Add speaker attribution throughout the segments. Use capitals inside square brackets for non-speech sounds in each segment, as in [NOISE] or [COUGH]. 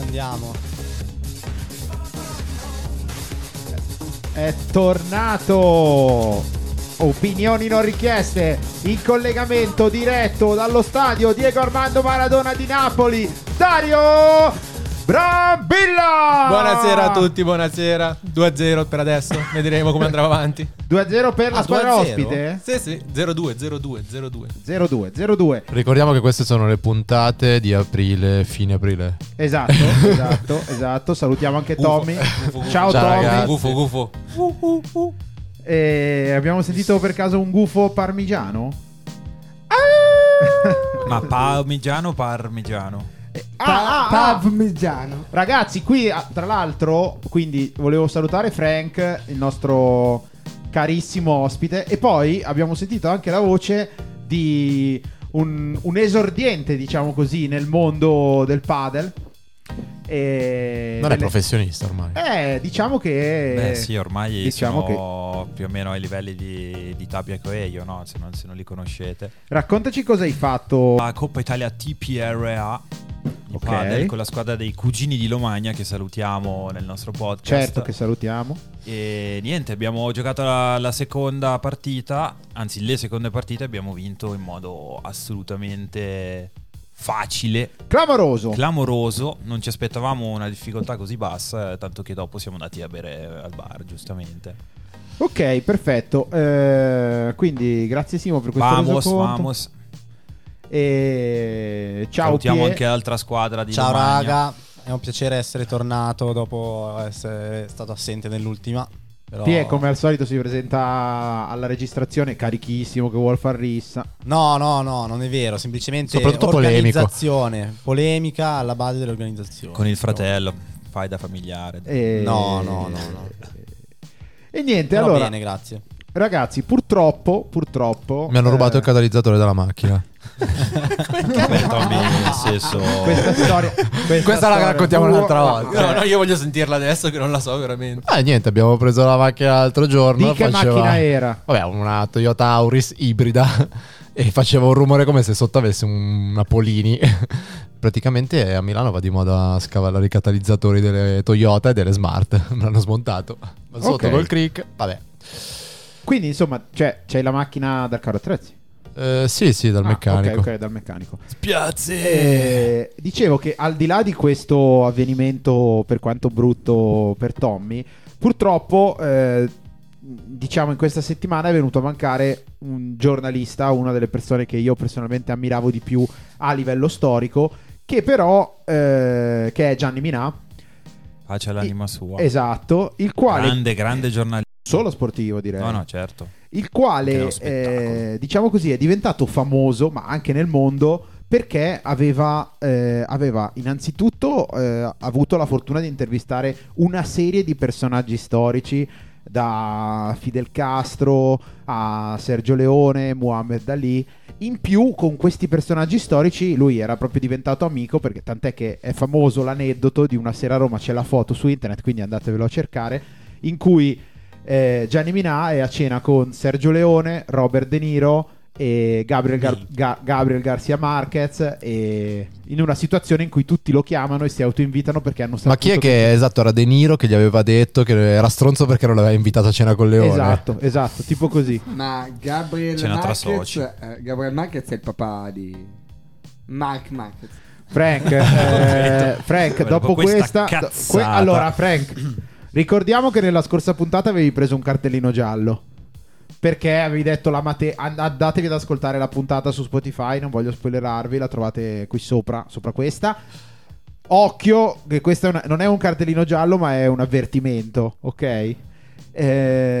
Speaker 1: Andiamo.
Speaker 2: È tornato! Opinioni non richieste in collegamento diretto dallo stadio Diego Armando Maradona di Napoli, Dario
Speaker 3: Ah.
Speaker 2: Brambilla!
Speaker 1: Buonasera a tutti, buonasera. 2-0 per adesso, vedremo come andrà [LAUGHS] avanti.
Speaker 2: 2-0 per la
Speaker 1: Ah,
Speaker 2: squadra
Speaker 1: 2-0?
Speaker 2: ospite?
Speaker 1: Sì, sì, 0-2, 0-2, 0-2.
Speaker 2: 0-2, 0-2.
Speaker 3: Ricordiamo che queste sono le puntate di aprile, fine aprile.
Speaker 2: Esatto,
Speaker 1: [LAUGHS]
Speaker 2: esatto, esatto. Salutiamo anche
Speaker 1: Gufo.
Speaker 2: Tommy.
Speaker 1: Gufo, gufo.
Speaker 2: Ciao,
Speaker 3: Ciao,
Speaker 2: Tommy.
Speaker 3: ragazzi.
Speaker 1: Gufo, gufo.
Speaker 2: E abbiamo sentito per caso un gufo parmigiano?
Speaker 4: Ma parmigiano parmigiano.
Speaker 2: Ah, ah, ah.
Speaker 5: Parmigiano.
Speaker 2: Ragazzi, qui ah, tra l'altro, quindi volevo salutare Frank, il nostro carissimo ospite, e poi abbiamo sentito anche la voce di un, un esordiente, diciamo così, nel mondo del padel. E
Speaker 3: Non
Speaker 2: delle-
Speaker 3: è professionista ormai.
Speaker 2: Eh, diciamo che...
Speaker 4: Beh, sì, ormai
Speaker 2: diciamo
Speaker 4: siamo più o meno ai livelli di, di Tabia Coelho, no? Se non, se non li conoscete.
Speaker 2: Raccontaci cosa hai fatto.
Speaker 4: La Coppa Italia TPRA di
Speaker 2: Oh. Ok.
Speaker 4: padel con la squadra dei cugini di Lomagna che salutiamo nel nostro podcast.
Speaker 2: Certo che salutiamo.
Speaker 4: E niente, abbiamo giocato la, la seconda partita, anzi le seconde partite abbiamo vinto in modo assolutamente facile,
Speaker 2: Clamoroso.
Speaker 4: clamoroso, non ci aspettavamo una difficoltà così bassa, eh, tanto che dopo siamo andati a bere al bar, giustamente.
Speaker 2: ok, perfetto. Eh, quindi grazie Simo per questo
Speaker 4: Vamos,
Speaker 2: resoconto.
Speaker 4: vamos.
Speaker 2: E ciao
Speaker 4: Salutiamo
Speaker 2: Pie.
Speaker 4: anche l'altra squadra di
Speaker 1: Ciao
Speaker 4: Romagna.
Speaker 1: raga, è un piacere essere tornato dopo essere stato assente nell'ultima. Però...
Speaker 2: Pie, come al solito si presenta alla registrazione carichissimo che vuol far rissa.
Speaker 1: No, no, no, non è vero, semplicemente
Speaker 3: Soprattutto polemico.
Speaker 1: organizzazione, polemica alla base dell'organizzazione.
Speaker 4: Con il fratello, fai da familiare.
Speaker 2: E...
Speaker 1: No, no, no, no.
Speaker 2: E niente,
Speaker 1: Però
Speaker 2: allora
Speaker 1: bene,
Speaker 3: [LAUGHS]
Speaker 1: grazie.
Speaker 2: ragazzi, purtroppo, purtroppo
Speaker 3: Mi hanno rubato
Speaker 2: eh, [LAUGHS]
Speaker 3: il catalizzatore dalla macchina.
Speaker 4: Beh, Tommy, nel senso...
Speaker 2: questa storia questa,
Speaker 3: Questa la
Speaker 2: storia-
Speaker 3: raccontiamo un'altra volta.
Speaker 4: Cioè,
Speaker 1: No, no, Ah, io voglio sentirla adesso che non la so veramente.
Speaker 3: Eh, niente, abbiamo preso la macchina l'altro
Speaker 2: Di
Speaker 3: giorno.
Speaker 2: che
Speaker 3: faceva-
Speaker 2: macchina era?
Speaker 3: Vabbè, una Toyota Auris ibrida. [LAUGHS] E faceva un rumore come se sotto avesse un- una Polini. [LAUGHS] Praticamente a Milano va di moda scavallare i catalizzatori delle Toyota e delle Smart. [LAUGHS] Me l'hanno smontato. Ma sotto
Speaker 2: Ok.
Speaker 3: col crick. Vabbè.
Speaker 2: Quindi, insomma, cioè, c'hai la macchina dal carro attrezzi.
Speaker 3: Eh, sì, sì, dal
Speaker 2: Ah,
Speaker 3: meccanico.
Speaker 2: ok, ok, dal meccanico.
Speaker 4: Spiazze!
Speaker 2: Eh, dicevo che al di là di questo avvenimento, per quanto brutto per Tommy, purtroppo, eh, diciamo, in questa settimana è venuto a mancare un giornalista, una delle persone che io personalmente ammiravo di più a livello storico, che però, eh, che è Gianni Minà,
Speaker 4: Pace all'anima sua.
Speaker 2: esatto, il Eh, quale... Eh.
Speaker 4: Grande, grande giornalista.
Speaker 2: Solo sportivo direi.
Speaker 4: No, no, certo.
Speaker 2: il
Speaker 4: Anche
Speaker 2: quale
Speaker 4: nello spettacolo.
Speaker 2: eh, diciamo così è diventato famoso ma anche nel mondo perché aveva, eh, aveva innanzitutto eh, avuto la fortuna di intervistare una serie di personaggi storici da Fidel Castro a Sergio Leone, Muhammad Ali. In più con questi personaggi storici lui era proprio diventato amico perché tant'è che è famoso l'aneddoto di una sera a Roma, c'è la foto su internet quindi andatevelo a cercare, in cui eh, Gianni Minà è a cena con Sergio Leone, Robert De Niro e Gabriel, Gar-
Speaker 3: Mm.
Speaker 2: Ga- Gabriel Garcia Marquez e in una situazione in cui tutti lo chiamano e si autoinvitano perché hanno
Speaker 3: Ma chi è
Speaker 2: saputo
Speaker 3: che esatto era De Niro che gli aveva detto che era stronzo perché non l'aveva invitato a cena con Leone?
Speaker 2: Esatto, esatto, tipo così.
Speaker 5: Ma Gabriel
Speaker 4: C'è una tra
Speaker 5: Marquez,
Speaker 4: soci.
Speaker 5: eh, Gabriel Marquez è il papà di Mark Marquez.
Speaker 4: [LAUGHS]
Speaker 2: Frank, eh,
Speaker 4: detto.
Speaker 2: Frank,
Speaker 4: Guarda,
Speaker 2: dopo questa,
Speaker 4: questa
Speaker 2: do- que-
Speaker 4: cazzata.
Speaker 2: allora, Frank, ricordiamo che nella scorsa puntata avevi preso un cartellino giallo. Perché avevi detto la mate- and- andatevi ad ascoltare la puntata su Spotify, non voglio spoilerarvi, la trovate qui sopra, sopra questa. Occhio, che questo è una- non è un cartellino giallo, ma è un avvertimento, ok? Eh,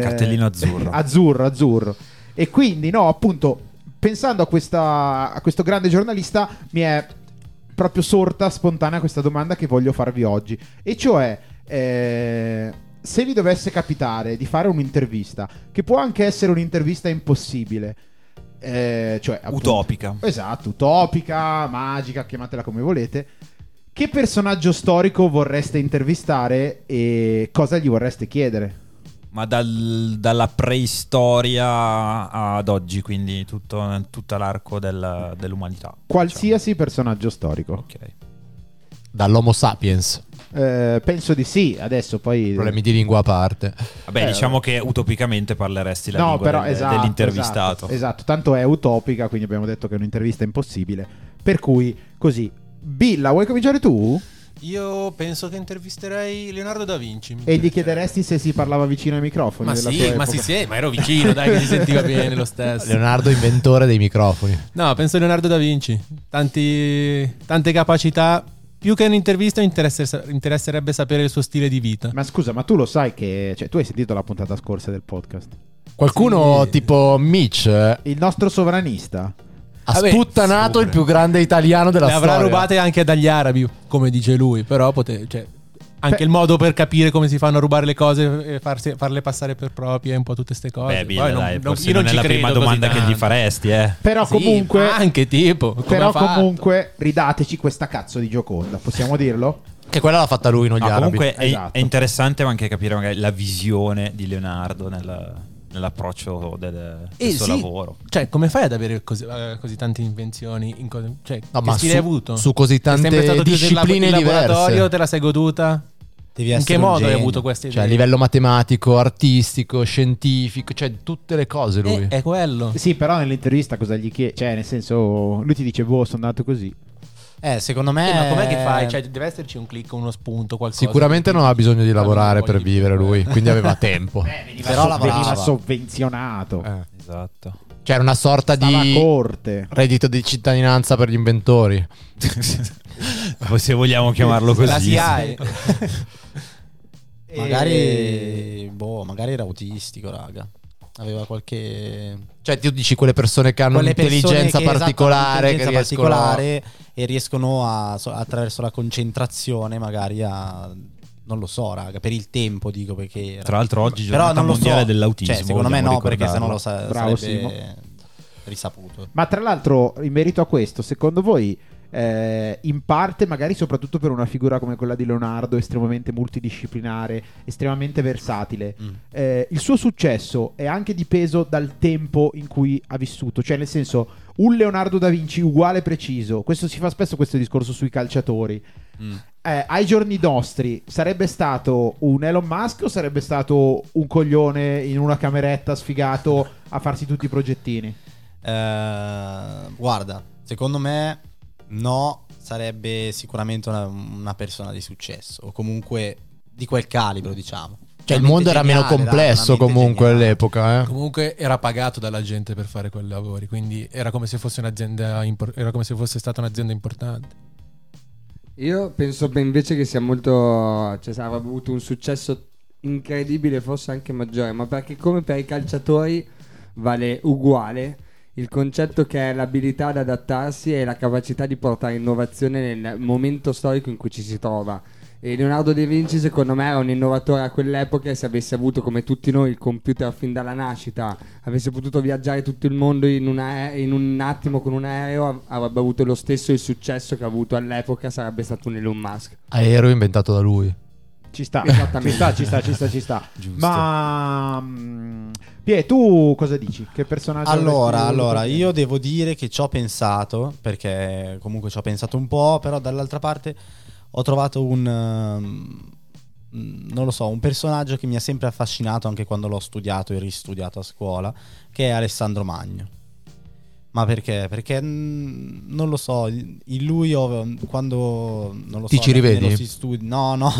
Speaker 4: Cartellino azzurro.
Speaker 2: [LAUGHS] azzurro, azzurro. E quindi, no, appunto, pensando a, questa, a questo grande giornalista, mi è proprio sorta spontanea questa domanda che voglio farvi oggi. E cioè, eh, se vi dovesse capitare di fare un'intervista, che può anche essere un'intervista impossibile, eh, cioè appunto-
Speaker 4: Utopica.
Speaker 2: Esatto, utopica, magica, chiamatela come volete. Che personaggio storico vorreste intervistare e cosa gli vorreste chiedere?
Speaker 4: Ma dal- dalla preistoria ad oggi, quindi tutto, tutto l'arco del- dell'umanità.
Speaker 2: Qualsiasi personaggio storico.
Speaker 4: diciamo. Ok.
Speaker 3: Dall'Homo sapiens,
Speaker 2: Eh, penso di sì, adesso poi...
Speaker 3: problemi di lingua a parte.
Speaker 4: Vabbè,
Speaker 2: Eh,
Speaker 4: diciamo che utopicamente parleresti la
Speaker 2: no,
Speaker 4: lingua
Speaker 2: però,
Speaker 4: del-
Speaker 2: esatto,
Speaker 4: dell'intervistato.
Speaker 2: Esatto, esatto, tanto è utopica, quindi abbiamo detto che è un'intervista impossibile. Per cui, così, Billa, vuoi cominciare tu?
Speaker 6: Io penso che intervisterei Leonardo da Vinci. mi
Speaker 2: E gli
Speaker 6: interessa.
Speaker 2: chiederesti se si parlava vicino ai microfoni.
Speaker 6: Ma
Speaker 2: della
Speaker 6: sì,
Speaker 2: tua
Speaker 6: ma
Speaker 2: epoca.
Speaker 6: sì, sì, ma ero vicino, dai, che si sentiva bene lo stesso.
Speaker 3: Leonardo, inventore dei microfoni.
Speaker 6: No, penso a Leonardo da Vinci. Tanti- tante capacità. Più che un'intervista, mi interesse- interesserebbe sapere il suo stile di vita.
Speaker 2: Ma scusa, ma tu lo sai che... Cioè, tu hai sentito la puntata scorsa del podcast?
Speaker 3: Qualcuno
Speaker 6: Sì.
Speaker 3: tipo Mitch eh,
Speaker 2: Il nostro sovranista.
Speaker 3: ha
Speaker 6: Vabbè,
Speaker 3: sputtanato
Speaker 4: sopra.
Speaker 3: il più grande italiano della
Speaker 6: Le avrà
Speaker 3: storia.
Speaker 6: rubate anche dagli arabi, come dice lui, però pote- cioè, anche
Speaker 2: Beh.
Speaker 6: il modo per capire come si fanno a rubare le cose e farsi- farle passare per proprie, un po' tutte queste cose.
Speaker 4: Beh,
Speaker 6: Poi
Speaker 4: Bill, dai, forse non,
Speaker 6: ci
Speaker 4: è la
Speaker 6: credo
Speaker 4: prima
Speaker 6: così
Speaker 4: domanda che gli
Speaker 6: tanto.
Speaker 4: faresti, eh.
Speaker 2: Però
Speaker 6: Sì,
Speaker 2: comunque...
Speaker 6: ma anche tipo. come
Speaker 2: Però
Speaker 6: ha fatto?
Speaker 2: comunque ridateci questa cazzo di Gioconda,
Speaker 6: [LAUGHS]
Speaker 2: possiamo dirlo?
Speaker 3: Che quella l'ha fatta lui, non gli
Speaker 4: No,
Speaker 3: arabi.
Speaker 4: comunque è,
Speaker 2: Esatto.
Speaker 4: è interessante anche capire magari la visione di Leonardo nel- nell'approccio del, del
Speaker 6: Eh,
Speaker 4: suo
Speaker 6: sì.
Speaker 4: lavoro.
Speaker 6: Cioè, come fai ad avere così, eh, così tante invenzioni? In co- cioè,
Speaker 3: No,
Speaker 6: che
Speaker 3: ma
Speaker 6: stile
Speaker 3: su-
Speaker 6: hai avuto?
Speaker 3: su così
Speaker 6: Sei sempre
Speaker 3: tante
Speaker 6: stato chiuso in labo-
Speaker 3: discipline
Speaker 6: in laboratorio,
Speaker 3: diverse.
Speaker 6: te la sei goduta?
Speaker 1: Devi
Speaker 6: in
Speaker 1: essere
Speaker 6: che
Speaker 1: un
Speaker 6: modo hai
Speaker 1: genio.
Speaker 6: avuto queste idee?
Speaker 3: Cioè, a livello matematico, artistico, scientifico, cioè tutte le cose lui.
Speaker 6: Eh, è quello.
Speaker 2: Sì, però nell'intervista cosa gli chiede? Cioè, nel senso, lui ti dice, boh, sono andato così.
Speaker 1: Eh, secondo me...
Speaker 6: Eh, ma com'è che fai? Cioè, deve esserci un click, uno spunto, qualcosa.
Speaker 3: Sicuramente non ha bisogno di
Speaker 6: Ah,
Speaker 3: lavorare
Speaker 6: non
Speaker 3: per
Speaker 6: voglio di
Speaker 3: vivere
Speaker 6: più,
Speaker 3: lui,
Speaker 6: [LAUGHS] eh.
Speaker 3: quindi [LAUGHS] aveva tempo. Eh.
Speaker 1: Però
Speaker 2: Sov- veniva
Speaker 1: lavorava.
Speaker 6: Eh.
Speaker 2: sovvenzionato.
Speaker 4: Esatto. [LAUGHS]
Speaker 3: Cioè, era una sorta
Speaker 2: Stava a
Speaker 3: di
Speaker 2: corte.
Speaker 3: reddito di cittadinanza per gli inventori.
Speaker 4: Se vogliamo chiamarlo così.
Speaker 6: La SIAE.
Speaker 3: [LAUGHS]
Speaker 1: Magari... Boh, magari era autistico, raga. Aveva qualche...
Speaker 3: Cioè, tu dici quelle persone che hanno
Speaker 1: quelle persone
Speaker 3: un'intelligenza
Speaker 1: che, esatto,
Speaker 3: particolare,
Speaker 1: hanno un'intelligenza
Speaker 3: che riescono a-
Speaker 1: particolare e riescono a, so- attraverso la concentrazione magari a non lo so raga per il tempo dico perché era-
Speaker 4: Tra l'altro oggi
Speaker 1: Però
Speaker 4: giornata
Speaker 1: non lo
Speaker 4: mondiale
Speaker 1: so.
Speaker 4: dell'autismo.
Speaker 1: Cioè, secondo me no
Speaker 4: vogliamo
Speaker 1: perché sennò
Speaker 4: ricordarlo.
Speaker 1: lo sa-
Speaker 2: Bravo,
Speaker 1: sarebbe risaputo
Speaker 2: Ma tra l'altro, in merito a questo, secondo voi, eh, in parte, magari soprattutto per una figura come quella di Leonardo, estremamente multidisciplinare, estremamente versatile,
Speaker 1: Mm.
Speaker 2: eh, il suo successo è anche dipeso dal tempo in cui ha vissuto, cioè nel senso un Leonardo da Vinci uguale preciso, questo si fa spesso questo discorso sui calciatori.
Speaker 1: Mm.
Speaker 2: Eh, ai giorni nostri sarebbe stato un Elon Musk o sarebbe stato un coglione in una cameretta sfigato a farsi tutti i progettini?
Speaker 1: Eh, guarda secondo me no sarebbe sicuramente una, una persona di successo o comunque di quel calibro diciamo
Speaker 3: Cioè, il
Speaker 1: Veramente
Speaker 3: mondo era meno
Speaker 1: geniale, raga,
Speaker 3: complesso
Speaker 1: veramente
Speaker 3: comunque
Speaker 1: geniale.
Speaker 3: all'epoca, eh.
Speaker 6: Comunque era pagato dalla gente per fare quei lavori, quindi era come se fosse un'azienda impor- era come se fosse stata un'azienda importante.
Speaker 5: Io penso ben invece che sia molto. cioè avrebbe avuto un successo incredibile, forse anche maggiore, ma perché come per i calciatori vale uguale il concetto che è l'abilità ad adattarsi e la capacità di portare innovazione nel momento storico in cui ci si trova. E Leonardo da Vinci, secondo me, era un innovatore a quell'epoca. e Se avesse avuto come tutti noi il computer fin dalla nascita, avesse potuto viaggiare tutto il mondo in, un ae- in un attimo con un aereo, av- avrebbe avuto lo stesso il successo che ha avuto all'epoca. Sarebbe stato un Elon Musk.
Speaker 3: Aereo inventato da lui.
Speaker 2: Ci sta, ci
Speaker 5: Esattamente.
Speaker 2: sta, ci sta, ci sta, ci
Speaker 1: [LAUGHS]
Speaker 2: sta.
Speaker 4: Giusto.
Speaker 2: Ma mm, Pie, tu cosa dici? Che personaggio?
Speaker 1: Allora,
Speaker 2: avresti voluto
Speaker 1: allora,
Speaker 2: vedere?
Speaker 1: io devo dire che ci ho pensato, perché comunque ci ho pensato un po', però dall'altra parte ho trovato un... ehm, mm, non lo so, un personaggio che mi ha sempre affascinato anche quando l'ho studiato e ristudiato a scuola, che è Alessandro Magno. Ma perché? Perché mm, non lo so, in lui ho- quando non lo
Speaker 3: Ti
Speaker 1: so,
Speaker 3: ci rivedi?
Speaker 1: nello si studi- no, no.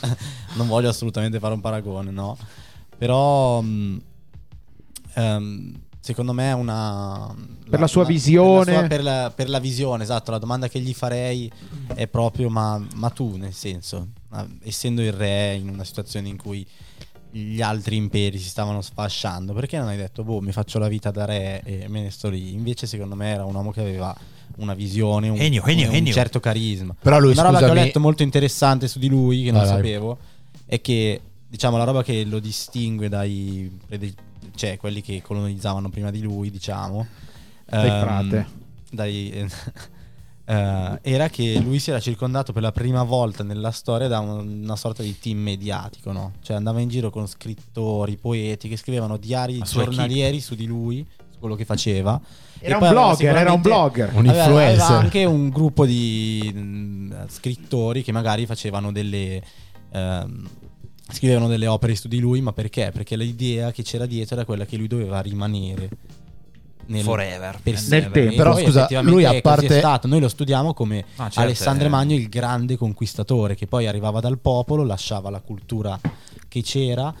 Speaker 1: [LAUGHS] non voglio assolutamente fare un paragone, no. Però mm, ehm, secondo me è una
Speaker 2: Per la sua
Speaker 1: una-
Speaker 2: visione.
Speaker 1: per la, sua- per la- per la visione, esatto, la domanda che gli farei è proprio ma, ma tu, nel senso, ma essendo il re in una situazione in cui gli altri imperi si stavano sfasciando, perché non hai detto boh, mi faccio la vita da re e me ne sto lì? Invece secondo me era un uomo che aveva una visione, un,
Speaker 4: Ennio, Ennio,
Speaker 1: un
Speaker 4: Ennio.
Speaker 1: certo carisma
Speaker 3: Però lui,
Speaker 1: una roba che ho
Speaker 3: scusami, eh,
Speaker 1: letto molto interessante su di lui, che non
Speaker 3: Vai, vai.
Speaker 1: sapevo, è che diciamo la roba che lo distingue dai prede- cioè quelli che colonizzavano prima di lui, diciamo,
Speaker 2: Dai
Speaker 1: ehm,
Speaker 2: frate.
Speaker 1: dai- [LAUGHS] eh, eh, era che lui si era circondato per la prima volta nella storia da un- una sorta di team mediatico, no? Cioè andava in giro con scrittori, poeti che scrivevano diari
Speaker 4: La sua
Speaker 1: giornalieri su di lui, su quello che faceva. E
Speaker 2: Era
Speaker 1: poi
Speaker 2: un
Speaker 1: aveva
Speaker 2: blogger, era un
Speaker 1: sicuramente-
Speaker 2: blogger.
Speaker 3: Un
Speaker 1: Aveva- aveva
Speaker 3: influencer.
Speaker 1: anche un gruppo di mh, scrittori che magari facevano delle. ehm, scrivevano delle opere su di lui, ma perché? Perché l'idea che c'era dietro era quella che lui doveva rimanere.
Speaker 4: Forever.
Speaker 1: per
Speaker 4: Nel
Speaker 1: sempre.
Speaker 2: tempo.
Speaker 1: E
Speaker 3: Però,
Speaker 1: poi
Speaker 3: scusa,
Speaker 1: effettivamente
Speaker 3: lui a
Speaker 1: così è
Speaker 3: parte-
Speaker 1: stato. Noi lo studiamo come
Speaker 4: Ah, certo,
Speaker 1: Alessandro
Speaker 4: eh.
Speaker 1: Magno, il grande conquistatore, che poi arrivava dal popolo, lasciava la cultura che c'era.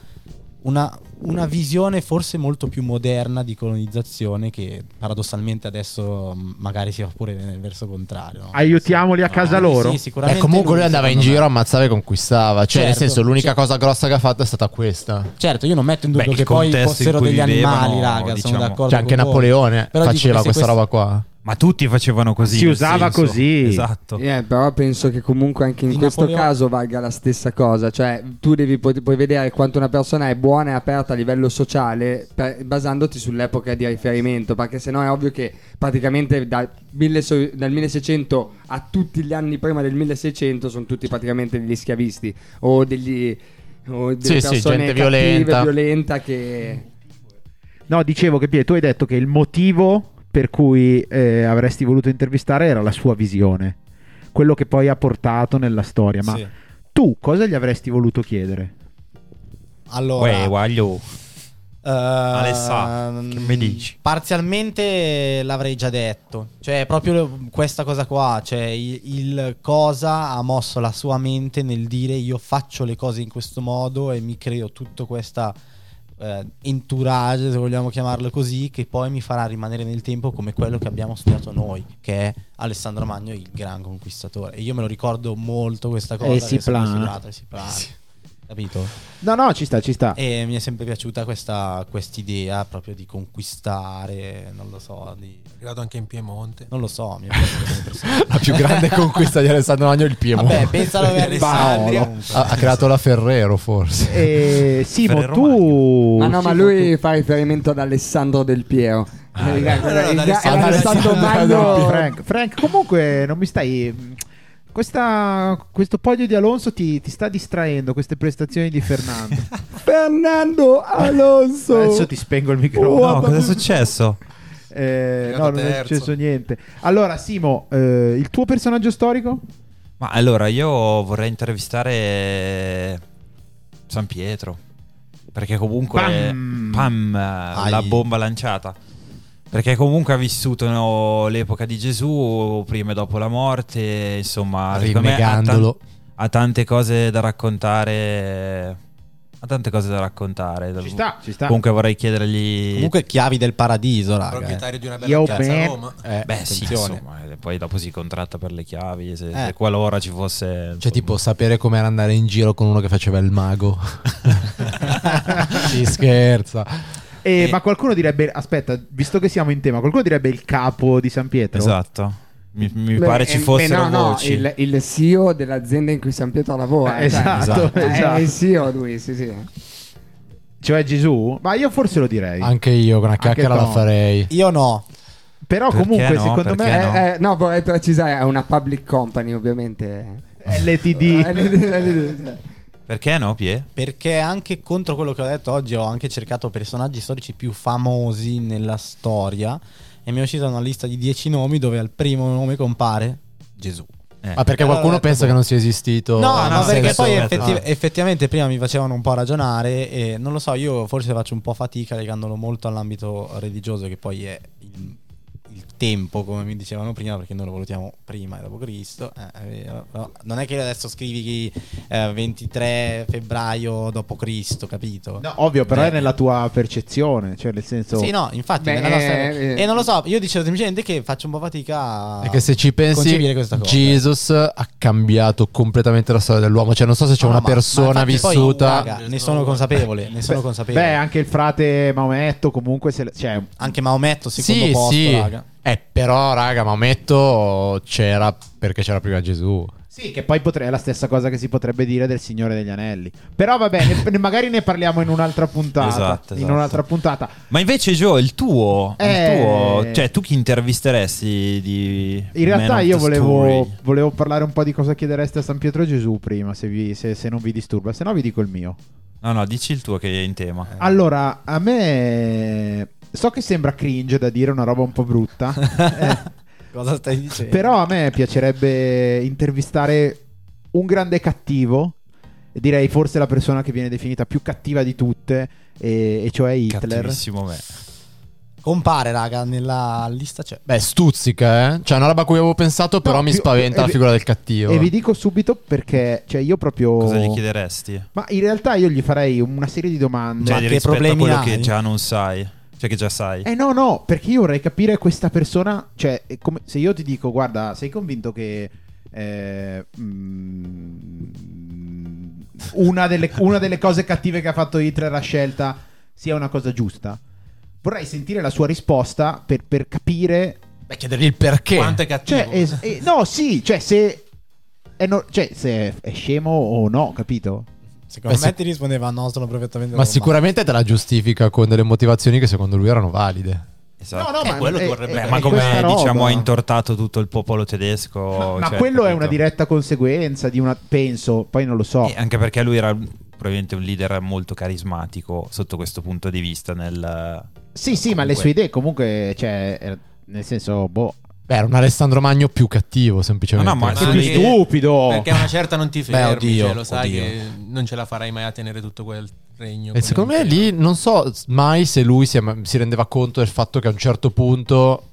Speaker 1: Una, una visione forse molto più moderna di colonizzazione che paradossalmente adesso mh, magari si va pure nel verso contrario. no?
Speaker 2: Aiutiamoli a
Speaker 1: No,
Speaker 2: casa
Speaker 1: sì,
Speaker 2: loro.
Speaker 1: sì,
Speaker 3: E
Speaker 1: sicuramente
Speaker 3: Eh, comunque lui andava in
Speaker 1: secondo me.
Speaker 3: giro, ammazzava e conquistava. Cioè, nel
Speaker 1: Certo,
Speaker 3: senso, l'unica
Speaker 1: cioè-
Speaker 3: cosa grossa che ha fatto è stata questa.
Speaker 1: Certo, io non metto in
Speaker 4: Beh,
Speaker 1: dubbio
Speaker 4: il
Speaker 1: che poi
Speaker 4: contesto in
Speaker 1: fossero
Speaker 4: cui
Speaker 1: degli
Speaker 4: vivevano,
Speaker 1: animali, raga,
Speaker 4: diciamo.
Speaker 1: sono d'accordo.
Speaker 3: Cioè, anche
Speaker 1: con voi.
Speaker 3: Napoleone
Speaker 1: Però dico che
Speaker 3: faceva
Speaker 1: se
Speaker 3: questa
Speaker 1: quest-
Speaker 3: roba qua.
Speaker 4: Ma tutti facevano così.
Speaker 2: Si
Speaker 4: nel
Speaker 2: usava
Speaker 4: senso.
Speaker 2: così.
Speaker 4: Esatto.
Speaker 5: Eh, però penso che comunque anche in
Speaker 1: Di
Speaker 5: questo
Speaker 1: Napoleone-
Speaker 5: caso valga la stessa cosa, cioè tu devi pu- puoi vedere quanto una persona è buona e aperta a livello sociale per- basandoti sull'epoca di riferimento, perché sennò è ovvio che praticamente dal, 1000 so- dal 1600 a tutti gli anni prima del 1600 sono tutti praticamente degli schiavisti o degli... O delle
Speaker 3: Sì, sì,
Speaker 5: persone
Speaker 3: gente
Speaker 5: cattive,
Speaker 3: violenta.
Speaker 5: violenta che...
Speaker 2: No, dicevo che Pier, tu hai detto che il motivo per cui eh, avresti voluto intervistare era la sua visione, quello che poi ha portato nella storia. Ma
Speaker 1: Sì.
Speaker 2: tu cosa gli avresti voluto chiedere?
Speaker 1: Allora,
Speaker 4: Uè, guaglio.
Speaker 1: Eh, mm,
Speaker 4: Alessà, che mi dici?
Speaker 1: Parzialmente l'avrei già detto. Cioè, proprio questa cosa qua. Cioè, il, il cosa ha mosso la sua mente nel dire io faccio le cose in questo modo e mi creo tutto questa eh, entourage, se vogliamo chiamarlo così, che poi mi farà rimanere nel tempo come quello che abbiamo studiato noi, che è Alessandro Magno, il gran conquistatore. E io me lo ricordo molto questa cosa.
Speaker 2: E
Speaker 1: che
Speaker 2: Eh, si
Speaker 1: sono
Speaker 2: plana.
Speaker 1: considerato, e si
Speaker 2: [LAUGHS]
Speaker 1: plana. Capito?
Speaker 2: No, no, ci sta, ci sta.
Speaker 1: E mi è sempre piaciuta questa quest'idea proprio di conquistare, non lo so, di...
Speaker 6: Arrivato anche in Piemonte.
Speaker 1: Non lo so, mi è piaciuta
Speaker 3: [LAUGHS]
Speaker 1: come persona.
Speaker 3: [LAUGHS] La
Speaker 1: [LAUGHS]
Speaker 3: più grande conquista di Alessandro Magno è il Piemonte.
Speaker 1: Vabbè, pensano che Alessandria...
Speaker 2: Paolo.
Speaker 1: comunque.
Speaker 3: [LAUGHS] ha, ha creato la Ferrero,
Speaker 1: [LAUGHS]
Speaker 3: forse.
Speaker 1: Eh,
Speaker 2: E, Eh, Simo,
Speaker 4: Ferrero
Speaker 3: Uh,
Speaker 2: tu...
Speaker 5: Ma Ah, no, ma
Speaker 2: Simo,
Speaker 5: lui fa riferimento ad Alessandro Del Piero.
Speaker 4: Ah,
Speaker 5: Eh, raga,
Speaker 1: no, no,
Speaker 5: era-
Speaker 1: ad
Speaker 5: era
Speaker 1: Alessandro-
Speaker 5: Alessandro
Speaker 2: tu-
Speaker 5: Magno.
Speaker 2: Frank, Frank, comunque non mi stai... Questa, questo podio di Alonso ti, ti sta distraendo, queste prestazioni di
Speaker 4: [LAUGHS]
Speaker 2: Fernando.
Speaker 5: Fernando Alonso.
Speaker 2: Adesso ti spengo il
Speaker 4: No,
Speaker 2: microfono.
Speaker 4: cosa è successo?
Speaker 2: [LAUGHS] Eh, no,
Speaker 6: Arrivato
Speaker 2: non è
Speaker 6: terzo.
Speaker 2: successo niente. Allora, Simo, eh, il tuo personaggio storico?
Speaker 4: Ma allora io vorrei intervistare San Pietro. Perché comunque.
Speaker 2: Pam!
Speaker 4: Pam, la
Speaker 1: Ai.
Speaker 4: bomba lanciata. Perché comunque ha vissuto no, l'epoca di Gesù, prima e dopo la morte, insomma, secondo me ha tan-
Speaker 3: Rinnegandolo.
Speaker 4: ha tante cose da raccontare. Ha tante cose da raccontare.
Speaker 2: Ci sta, ci sta.
Speaker 4: Comunque vorrei chiedergli.
Speaker 1: Comunque chiavi del paradiso, raga. eh.
Speaker 6: Proprietario di una
Speaker 2: Io
Speaker 6: bella piazza a
Speaker 2: ben-
Speaker 6: Roma.
Speaker 1: Eh,
Speaker 4: Beh, sì,
Speaker 1: attenzione.
Speaker 4: insomma, eh, poi dopo si contratta per le chiavi. Se, se
Speaker 1: Eh.
Speaker 4: qualora ci fosse. insomma.
Speaker 3: Cioè, tipo, sapere com'era andare in giro con uno che faceva
Speaker 1: [LAUGHS]
Speaker 3: il mago. si scherza.
Speaker 2: [LAUGHS] Eh,
Speaker 4: [LAUGHS] Eh.
Speaker 2: Ma qualcuno direbbe, aspetta, visto che siamo in tema, qualcuno direbbe il capo di San Pietro?
Speaker 4: Esatto. Mi, mi
Speaker 5: Beh,
Speaker 4: pare
Speaker 5: eh,
Speaker 4: ci fossero
Speaker 5: beh, no,
Speaker 4: voci.
Speaker 5: No, il, il CEO dell'azienda in cui San Pietro lavora.
Speaker 2: Eh, esatto,
Speaker 5: cioè,
Speaker 2: esatto.
Speaker 5: È il CEO lui, sì, sì.
Speaker 2: Cioè Gesù? Ma io forse lo direi.
Speaker 3: Anche io, con una
Speaker 2: Anche
Speaker 3: chiacchiera la
Speaker 2: Tom.
Speaker 3: farei.
Speaker 1: Io no.
Speaker 2: Però
Speaker 4: Perché
Speaker 2: comunque
Speaker 4: no?
Speaker 2: secondo
Speaker 4: Perché
Speaker 2: me
Speaker 4: no?
Speaker 5: Eh, eh, no, vorrei precisare, è una public company, ovviamente. Eh,
Speaker 2: è
Speaker 4: [LAUGHS]
Speaker 2: LTD.
Speaker 4: Perché no, Pie?
Speaker 1: Perché anche contro quello che ho detto oggi ho anche cercato personaggi storici più famosi nella storia e mi è uscita una lista di 10 nomi dove al primo nome compare Gesù.
Speaker 4: Eh.
Speaker 3: Ma perché
Speaker 1: Allora,
Speaker 3: qualcuno
Speaker 1: detto
Speaker 3: pensa
Speaker 1: boh.
Speaker 3: che non sia esistito?
Speaker 1: No,
Speaker 4: nel
Speaker 1: no, perché
Speaker 4: senso-
Speaker 1: poi
Speaker 4: Ah.
Speaker 1: effetti- effettivamente prima mi facevano un po' ragionare e non lo so, io forse faccio un po' fatica legandolo molto all'ambito religioso che poi è il, il tempo, come mi dicevano prima, perché noi lo valutiamo prima e dopo Cristo. Eh, è vero, però non è che adesso scrivi eh, 23 febbraio dopo Cristo, capito?
Speaker 2: No, ovvio, però
Speaker 1: Beh.
Speaker 2: è nella tua percezione, cioè nel senso...
Speaker 1: Eh. Sì, no, infatti,
Speaker 5: Beh,
Speaker 1: nella nostra-
Speaker 5: eh,
Speaker 1: e non lo so, io dicevo semplicemente che faccio un po' fatica a
Speaker 3: Perché se ci
Speaker 1: concepire
Speaker 3: pensi,
Speaker 1: questa cosa.
Speaker 3: Jesus ha cambiato completamente la storia dell'uomo. Cioè, non so se c'è
Speaker 1: No,
Speaker 3: una
Speaker 1: ma- ma
Speaker 3: persona
Speaker 1: infatti poi,
Speaker 3: vissuta.
Speaker 1: raga, ne sono consapevole, ne sono
Speaker 2: Beh,
Speaker 1: consapevole.
Speaker 2: beh, anche il frate Maometto comunque... Se... Cioè,
Speaker 1: Anche Maometto, secondo
Speaker 3: sì,
Speaker 1: posto,
Speaker 3: sì.
Speaker 1: raga.
Speaker 3: Eh, però, raga, Maometto c'era perché c'era prima Gesù.
Speaker 2: Sì, che poi potre- è la stessa cosa che si potrebbe dire del Signore degli Anelli. Però vabbè, ne- [LAUGHS] ne- magari ne parliamo in un'altra puntata.
Speaker 4: Esatto,
Speaker 2: In
Speaker 4: esatto.
Speaker 2: un'altra puntata.
Speaker 4: Ma invece, Joe, il tuo, il
Speaker 2: Eh.
Speaker 4: tuo- cioè, tu chi intervisteresti di.
Speaker 2: In realtà
Speaker 4: Man of
Speaker 2: io
Speaker 4: the
Speaker 2: volevo,
Speaker 4: Story?
Speaker 2: volevo parlare un po' di cosa chiedereste a San Pietro e Gesù prima, se, vi- se- se non vi disturba. Se no vi dico il mio.
Speaker 1: Eh.
Speaker 4: [LAUGHS] No, no, dici il tuo che è in tema.
Speaker 2: Allora, a me... so che sembra cringe da dire una roba un
Speaker 1: [LAUGHS]
Speaker 2: po' brutta, eh,
Speaker 1: Cosa stai dicendo?
Speaker 2: però a me piacerebbe intervistare un grande cattivo, e direi forse la persona che viene definita più cattiva di tutte, e, e cioè Hitler.
Speaker 4: Cattivissimo me.
Speaker 1: Compare, raga, nella lista c'è.
Speaker 3: Beh, stuzzica, eh. Cioè, una roba a cui avevo pensato, però
Speaker 2: No,
Speaker 3: mi
Speaker 2: più-
Speaker 3: spaventa
Speaker 2: e
Speaker 3: la
Speaker 2: vi-
Speaker 3: figura del cattivo.
Speaker 2: E vi dico subito perché, cioè io proprio...
Speaker 4: Cosa gli chiederesti?
Speaker 2: Ma in realtà io gli farei una serie di domande.
Speaker 4: Cioè,
Speaker 1: Ma
Speaker 4: di
Speaker 1: che
Speaker 4: rispetto
Speaker 1: problemi
Speaker 4: a quello
Speaker 1: hai?
Speaker 4: che già non sai. Cioè, che già sai.
Speaker 2: Eh no, no, perché io vorrei capire questa persona, cioè è come- se io ti dico guarda, sei convinto che eh, mm, una, delle, una delle cose cattive che ha fatto Hitler la scelta sia una cosa giusta? Vorrei sentire la sua risposta per, per capire...
Speaker 3: Beh, chiedergli il perché.
Speaker 6: Quanto è cattivo?
Speaker 2: Cioè, es- eh, no, sì, cioè se... È no- cioè, se è- è scemo o no, capito?
Speaker 1: Secondo
Speaker 3: Beh,
Speaker 1: me
Speaker 3: se-
Speaker 1: ti rispondeva no, sono perfettamente
Speaker 3: Ma
Speaker 1: normale.
Speaker 3: sicuramente te la giustifica con delle motivazioni che secondo lui erano valide.
Speaker 4: Esatto.
Speaker 2: no, no,
Speaker 4: Eh,
Speaker 2: ma-
Speaker 4: quello
Speaker 2: eh,
Speaker 4: vorrebbe-
Speaker 2: eh,
Speaker 4: Beh, ma
Speaker 2: eh,
Speaker 4: come
Speaker 2: questa roba-
Speaker 4: diciamo ha intortato tutto il popolo tedesco.
Speaker 2: Ma, ma
Speaker 4: cioè,
Speaker 2: quello è una
Speaker 4: capito? Eh,
Speaker 2: diretta conseguenza di una... penso, poi non lo so.
Speaker 4: E anche perché lui era probabilmente un leader molto carismatico sotto questo punto di vista nel...
Speaker 2: Sì, sì, ma le
Speaker 4: Comunque.
Speaker 2: sue idee comunque, cioè, eh, nel senso, boh.
Speaker 3: Beh, era un Alessandro Magno più cattivo, semplicemente.
Speaker 4: No, no, ma-
Speaker 2: Sei
Speaker 4: Ah,
Speaker 2: più
Speaker 6: perché-
Speaker 2: stupido.
Speaker 6: Perché a una certa non ti fermi,
Speaker 1: oddio,
Speaker 6: cioè, lo sai
Speaker 1: oddio.
Speaker 6: che non ce la farai mai a tenere tutto quel regno.
Speaker 3: E
Speaker 6: con
Speaker 3: secondo me
Speaker 6: l'intero.
Speaker 3: lì non so mai se lui si, si rendeva conto del fatto che a un certo punto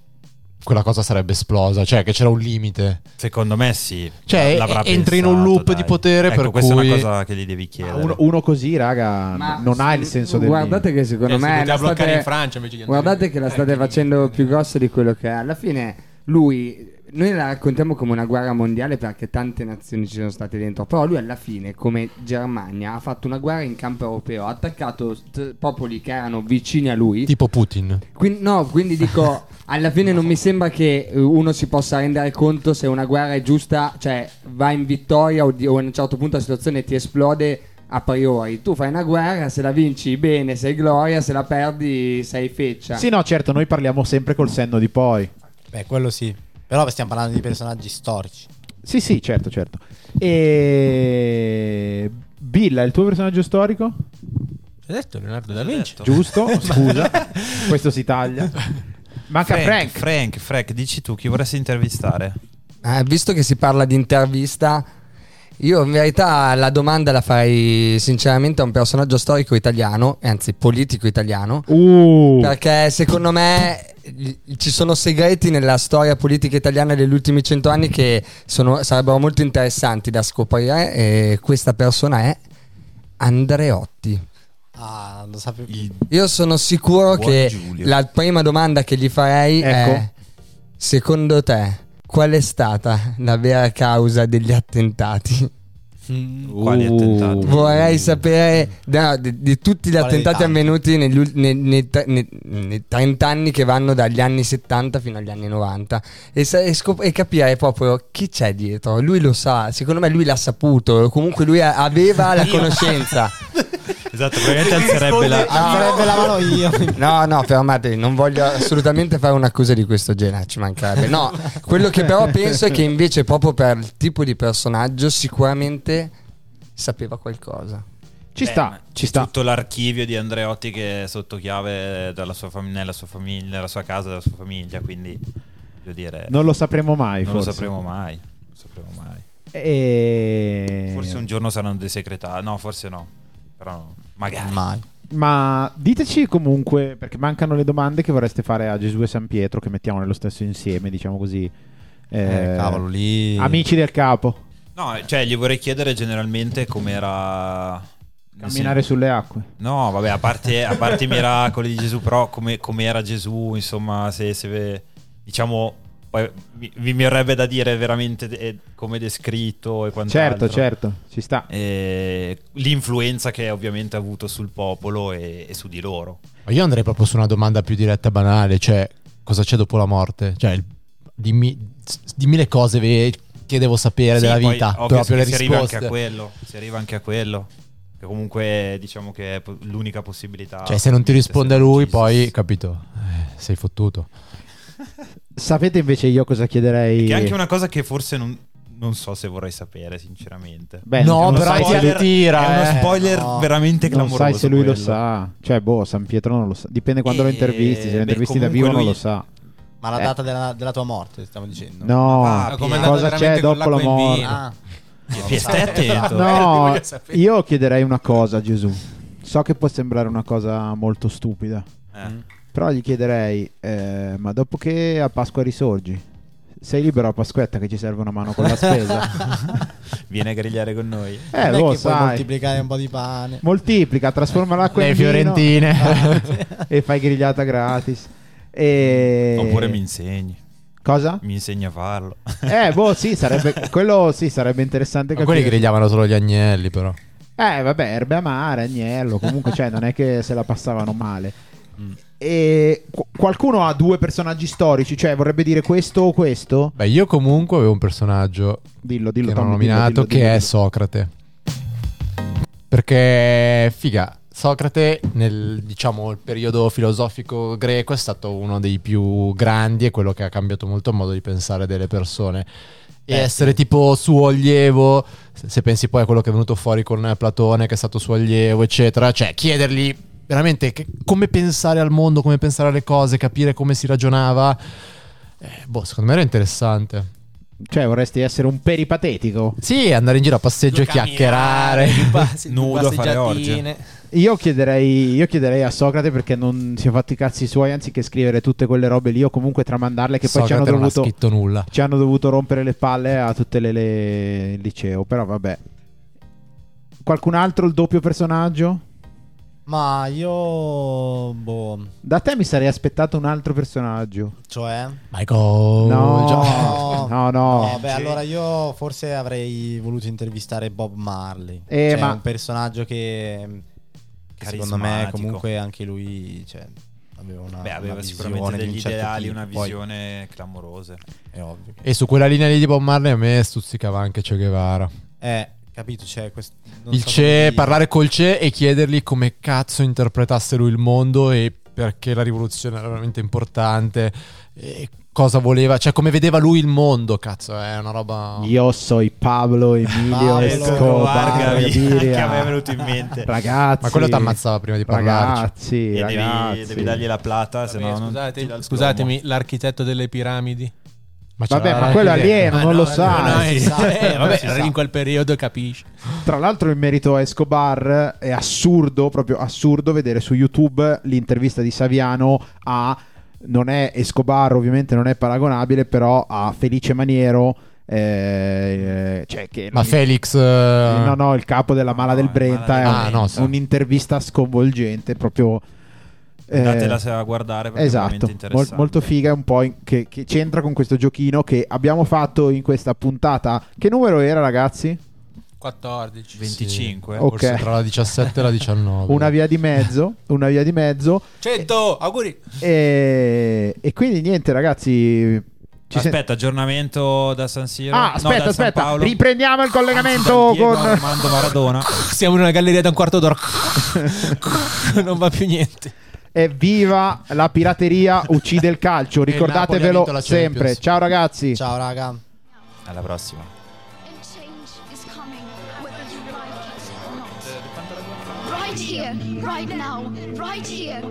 Speaker 3: quella cosa sarebbe esplosa, cioè che c'era un limite.
Speaker 4: Secondo me sì.
Speaker 3: Cioè,
Speaker 4: L'avrà
Speaker 3: e- entri in
Speaker 4: pensato,
Speaker 3: un loop
Speaker 4: dai.
Speaker 3: di potere
Speaker 4: Ecco,
Speaker 3: per
Speaker 4: questa
Speaker 3: cui-
Speaker 4: è una cosa che gli devi
Speaker 2: Ma
Speaker 4: chiedere.
Speaker 2: Ah, Uno, uno così, raga, n- non ha il senso del
Speaker 5: Guardate che secondo
Speaker 6: Eh, si
Speaker 5: me
Speaker 6: poteva
Speaker 5: la
Speaker 6: bloccare
Speaker 5: state-
Speaker 6: in Francia invece di andare-
Speaker 5: Guardate che la
Speaker 6: Eh,
Speaker 5: state
Speaker 6: quindi-
Speaker 5: facendo più grossa di quello che è. Alla fine lui noi la raccontiamo come una guerra mondiale perché tante nazioni ci sono state dentro, però lui alla fine come Germania ha fatto una guerra in campo europeo, ha attaccato t- popoli che erano vicini a lui.
Speaker 3: Tipo Putin.
Speaker 5: Quindi, no, quindi dico, alla fine non mi sembra che eh, uno si possa rendere conto se una guerra è giusta, cioè va in vittoria o, di- o a un certo punto la situazione ti esplode a priori. Tu fai una guerra, se la vinci bene sei gloria, se la perdi sei feccia.
Speaker 2: Sì, no, certo, noi parliamo sempre col senno di poi.
Speaker 1: Beh, quello sì. Però stiamo parlando di personaggi storici.
Speaker 2: Sì, sì, certo, certo. E Billa, il tuo personaggio storico?
Speaker 6: Hai detto Leonardo da Vinci?
Speaker 4: Detto.
Speaker 2: Giusto, scusa. Questo si taglia. Manca
Speaker 4: Frank, Frank.
Speaker 2: Frank.
Speaker 4: Frank, dici tu chi vorresti intervistare?
Speaker 7: Eh, visto che si parla di intervista, io in verità la domanda la farei sinceramente a un personaggio storico italiano, anzi politico italiano,
Speaker 2: Uh.
Speaker 7: perché secondo me gli- ci sono segreti nella storia politica italiana degli ultimi cento anni che sono- sarebbero molto interessanti da scoprire e questa persona è Andreotti.
Speaker 1: Ah, lo sapevo.
Speaker 7: Io sono sicuro
Speaker 4: Buon
Speaker 7: che
Speaker 4: Giulio. Ecco.
Speaker 7: la prima domanda che gli farei è: Secondo te, qual è stata la vera causa degli attentati?
Speaker 1: Mm.
Speaker 4: Quali
Speaker 2: Uh.
Speaker 4: attentati?
Speaker 7: Vorrei sapere no, di, di tutti gli
Speaker 1: Quale
Speaker 7: attentati
Speaker 1: dei tanti?
Speaker 7: avvenuti negli ul- nei, nei tre- nei- nei 30 anni che vanno dagli anni 70 fino agli anni 90 e, sa- e scop- e capire proprio chi c'è dietro. Lui lo sa, secondo me lui l'ha saputo, comunque lui a- aveva la
Speaker 1: [LAUGHS]
Speaker 7: conoscenza.
Speaker 4: Esatto,
Speaker 3: [LAUGHS]
Speaker 4: probabilmente alzerebbe la...
Speaker 1: Alzerebbe la mano io.
Speaker 7: No, no, fermatevi, non voglio assolutamente fare un'accusa di questo genere, ci mancherebbe. No, quello che però penso è che invece proprio per il tipo di personaggio sicuramente sapeva qualcosa.
Speaker 2: Ci
Speaker 4: Beh,
Speaker 2: sta,
Speaker 4: Eh, ma
Speaker 2: ci
Speaker 4: c'è
Speaker 2: sta.
Speaker 4: Tutto l'archivio di Andreotti che è sotto chiave dalla sua fam- nella sua famiglia, nella sua casa, dalla sua famiglia, quindi voglio dire, non,
Speaker 2: Non lo sapremo mai,
Speaker 4: lo
Speaker 2: forse.
Speaker 4: sapremo mai. Non lo sapremo mai.
Speaker 2: E-
Speaker 4: Forse un giorno saranno dei segretari, no, forse no. Però magari.
Speaker 1: Mai.
Speaker 2: Ma diteci comunque, perché mancano le domande che vorreste fare a Gesù e San Pietro, che mettiamo nello stesso insieme, diciamo così.
Speaker 1: Eh,
Speaker 2: Eh,
Speaker 1: cavolo, lì.
Speaker 2: Amici del capo,
Speaker 4: No, cioè gli vorrei chiedere generalmente com'era nel
Speaker 2: camminare sulle acque.
Speaker 4: No, vabbè, a parte, a parte i miracoli di Gesù, però come, come era Gesù, insomma, se, se diciamo, poi vi, vi verrebbe da dire veramente eh, come descritto e
Speaker 2: Certo,
Speaker 4: quant'altro.
Speaker 2: certo, ci sta.
Speaker 4: E Eh, l'influenza che ovviamente ha avuto sul popolo e, e su di loro.
Speaker 3: Ma io andrei proprio su una domanda più diretta e banale, cioè cosa c'è dopo la morte? Cioè, il- dimmi, dimmi le cose ve- che devo sapere
Speaker 4: Sì,
Speaker 3: della
Speaker 4: poi,
Speaker 3: vita,
Speaker 4: ovvio,
Speaker 3: proprio le
Speaker 4: si arriva anche
Speaker 3: risposte.
Speaker 4: a quello, si arriva anche a quello. Che comunque diciamo che è po- l'unica possibilità.
Speaker 3: Cioè, se non ti
Speaker 4: di
Speaker 3: risponde
Speaker 4: essere
Speaker 3: lui,
Speaker 4: uccisi.
Speaker 3: poi, capito, eh, sei fottuto.
Speaker 2: Sapete invece io cosa chiederei?
Speaker 4: Che è anche una cosa che forse non, non so se vorrei sapere, sinceramente.
Speaker 2: Beh,
Speaker 3: No,
Speaker 2: non
Speaker 4: Uno
Speaker 3: però
Speaker 2: sai se
Speaker 3: ti
Speaker 2: lui-
Speaker 4: spoiler-
Speaker 3: attira,
Speaker 4: È uno
Speaker 3: eh.
Speaker 4: spoiler
Speaker 1: No,
Speaker 4: veramente
Speaker 2: non
Speaker 4: clamoroso.
Speaker 2: sai se lui lo
Speaker 4: quello.
Speaker 2: sa. Cioè, boh, San Pietro non lo sa. Dipende quando lo
Speaker 4: Eh,
Speaker 2: intervisti. Se lo
Speaker 4: beh,
Speaker 2: intervisti da
Speaker 4: comunque
Speaker 2: vivo non
Speaker 4: lui-
Speaker 2: lo sa.
Speaker 1: Ma la
Speaker 2: Eh.
Speaker 1: data della, della tua morte, stiamo dicendo.
Speaker 2: No,
Speaker 4: Ah,
Speaker 6: come è andato
Speaker 2: cosa c'è
Speaker 6: veramente con
Speaker 2: dopo la
Speaker 6: l'acqua in
Speaker 2: morte?
Speaker 3: Eh,
Speaker 6: vino?
Speaker 1: Ah. No,
Speaker 4: Pi- stai attento.
Speaker 2: [LAUGHS]
Speaker 4: [LAUGHS]
Speaker 2: No,
Speaker 6: voglio sapere.
Speaker 2: io chiederei una cosa a Gesù. So che può sembrare una cosa molto stupida,
Speaker 4: Eh. [LAUGHS]
Speaker 2: però gli chiederei, eh, ma dopo che a Pasqua risorgi, sei libero a Pasquetta che ci serve una mano con la spesa?
Speaker 4: Vieni a grigliare con noi.
Speaker 2: eh,
Speaker 1: non è
Speaker 2: lo
Speaker 1: che puoi
Speaker 2: sai.
Speaker 1: moltiplicare un po' di pane.
Speaker 2: Moltiplica, trasforma l'acqua
Speaker 3: Le
Speaker 2: in vino
Speaker 3: fiorentine.
Speaker 2: [LAUGHS] e fai grigliata gratis.
Speaker 3: Eh.
Speaker 2: E...
Speaker 4: Oppure mi insegni.
Speaker 2: Cosa?
Speaker 4: Mi insegni a farlo.
Speaker 2: Eh, boh, sì, sarebbe... quello sì, sarebbe interessante
Speaker 3: Ma
Speaker 2: capire.
Speaker 3: quelli grigliavano solo gli agnelli, però.
Speaker 2: Eh, vabbè, erbe amare, agnello, comunque cioè, non è che se la passavano male.
Speaker 3: Mm.
Speaker 2: E qu- qualcuno ha due personaggi storici, cioè vorrebbe dire questo o questo?
Speaker 3: Beh, io comunque avevo un personaggio
Speaker 2: Dillo, dillo,
Speaker 3: che non ho
Speaker 2: Tommy, dillo,
Speaker 3: nominato
Speaker 2: dillo,
Speaker 3: che
Speaker 2: dillo,
Speaker 3: è
Speaker 2: dillo.
Speaker 3: Socrate. Perché, figa, Socrate nel diciamo il periodo filosofico greco è stato uno dei più grandi e quello che ha cambiato molto il modo di pensare delle persone.
Speaker 2: Eh,
Speaker 3: E essere tipo suo allievo, se se pensi poi a quello che è venuto fuori con Platone, che è stato suo allievo, eccetera, cioè chiedergli veramente che- come pensare al mondo, come pensare alle cose, capire come si ragionava. Eh, boh, secondo me era interessante.
Speaker 2: Cioè vorresti essere un peripatetico?
Speaker 3: Sì, andare in giro a passeggio e
Speaker 1: [LAUGHS]
Speaker 3: chiacchierare. [LAUGHS]
Speaker 4: Nudo a fare
Speaker 2: Io chiederei, io chiederei a Socrate perché non si è fatti i cazzi suoi anziché scrivere tutte quelle robe lì o comunque tramandarle che poi ci hanno
Speaker 3: Socrate non ha
Speaker 2: dovuto...
Speaker 3: scritto nulla.
Speaker 2: ci hanno dovuto rompere le palle a tutte le, le- il liceo, però vabbè. Qualcun altro il doppio personaggio?
Speaker 1: Ma io... Boh,
Speaker 2: Da te mi sarei aspettato un altro personaggio.
Speaker 1: cioè...
Speaker 3: Michael.
Speaker 2: no,
Speaker 3: Già-
Speaker 2: no,
Speaker 4: [LAUGHS]
Speaker 2: no.
Speaker 1: No,
Speaker 4: Eh,
Speaker 1: beh, allora io forse avrei voluto intervistare Bob Marley.
Speaker 2: Eh,
Speaker 1: Cioè,
Speaker 2: ma-
Speaker 1: un personaggio che, mm, che secondo me
Speaker 4: Carismatico.
Speaker 1: comunque anche lui cioè, aveva una,
Speaker 4: Beh, aveva
Speaker 1: una
Speaker 4: sicuramente
Speaker 1: visione di
Speaker 4: degli
Speaker 1: un certo
Speaker 4: ideali,
Speaker 1: tipo.
Speaker 4: una
Speaker 1: Poi,
Speaker 4: visione clamorosa.
Speaker 1: è ovvio.
Speaker 3: E su quella linea lì di Bob Marley a me stuzzicava anche Che Guevara.
Speaker 1: Eh, capito, cioè, questo, non
Speaker 3: Il
Speaker 1: so come
Speaker 3: Che,
Speaker 1: dire.
Speaker 3: parlare col Che e chiedergli come cazzo interpretasse lui il mondo e perché la rivoluzione era veramente importante e cosa voleva, cioè come vedeva lui il mondo, cazzo, è una roba...
Speaker 2: Io soy Pablo Emilio
Speaker 1: Pablo
Speaker 2: Escobar.
Speaker 1: Escobar,
Speaker 4: [LAUGHS] Gavi,
Speaker 2: Gaviria.
Speaker 4: anche a me è venuto in mente.
Speaker 2: Ragazzi.
Speaker 3: Ma quello ti ammazzava prima di parlarci.
Speaker 2: Ragazzi,
Speaker 4: E
Speaker 2: ragazzi.
Speaker 4: devi, devi dargli la plata, se no non ti dà
Speaker 6: Ah, Scusate,
Speaker 4: il
Speaker 6: scusatemi, l'architetto delle piramidi.
Speaker 3: Ma c'era
Speaker 2: Vabbè, ma
Speaker 3: anche
Speaker 2: quello è
Speaker 3: lì.
Speaker 2: alieno,
Speaker 6: Ah,
Speaker 2: non
Speaker 6: no,
Speaker 2: lo sa.
Speaker 6: no, no, eh,
Speaker 1: si sa.
Speaker 6: eh, vabbè,
Speaker 1: Si sa.
Speaker 6: in quel periodo capisci.
Speaker 2: Tra l'altro, in merito a Escobar, è assurdo, proprio assurdo, vedere su YouTube l'intervista di Saviano a. Non è Escobar, ovviamente non è paragonabile, però a Felice Maniero. eh, cioè che
Speaker 3: Ma Felix... eh,
Speaker 2: No, no, il capo della Mala
Speaker 4: No,
Speaker 2: del
Speaker 4: il Mala del
Speaker 2: Brenta è
Speaker 3: Brenta.
Speaker 2: un-
Speaker 3: Ah, no, sì.
Speaker 2: un'intervista sconvolgente, proprio... eh,
Speaker 4: Andatela a guardare perché è
Speaker 2: Esatto,
Speaker 4: veramente
Speaker 2: mol-
Speaker 4: interessante.
Speaker 2: molto figa, è un po' in- che, che c'entra con questo giochino che abbiamo fatto in questa puntata. Che numero era ragazzi?
Speaker 6: 14.
Speaker 4: 25.
Speaker 2: Oh.
Speaker 3: forse
Speaker 2: ok.
Speaker 3: tra la 17 e la 19.
Speaker 2: Una via di mezzo, una via di mezzo.
Speaker 4: Eh,
Speaker 6: 100, auguri.
Speaker 2: E, e quindi niente ragazzi... ci sen-
Speaker 4: Aspetta, aggiornamento da San Siro.
Speaker 2: Ah,
Speaker 4: no, da
Speaker 2: aspetta,
Speaker 4: San
Speaker 2: aspetta,
Speaker 4: Paolo.
Speaker 2: riprendiamo il
Speaker 4: San
Speaker 2: collegamento
Speaker 4: Diego,
Speaker 2: con...
Speaker 4: Armando Maradona.
Speaker 6: Siamo in una galleria da un quarto d'ora. [LAUGHS] non va più niente.
Speaker 2: [LAUGHS] Evviva la pirateria, uccide il calcio,
Speaker 3: E il Napoli ha vinto
Speaker 2: ricordatevelo
Speaker 3: la
Speaker 2: sempre.
Speaker 3: Champions.
Speaker 2: Ciao ragazzi.
Speaker 1: Ciao, raga.
Speaker 4: Alla prossima.
Speaker 8: And change is coming, whether you like it or not. Right here, right now, right here,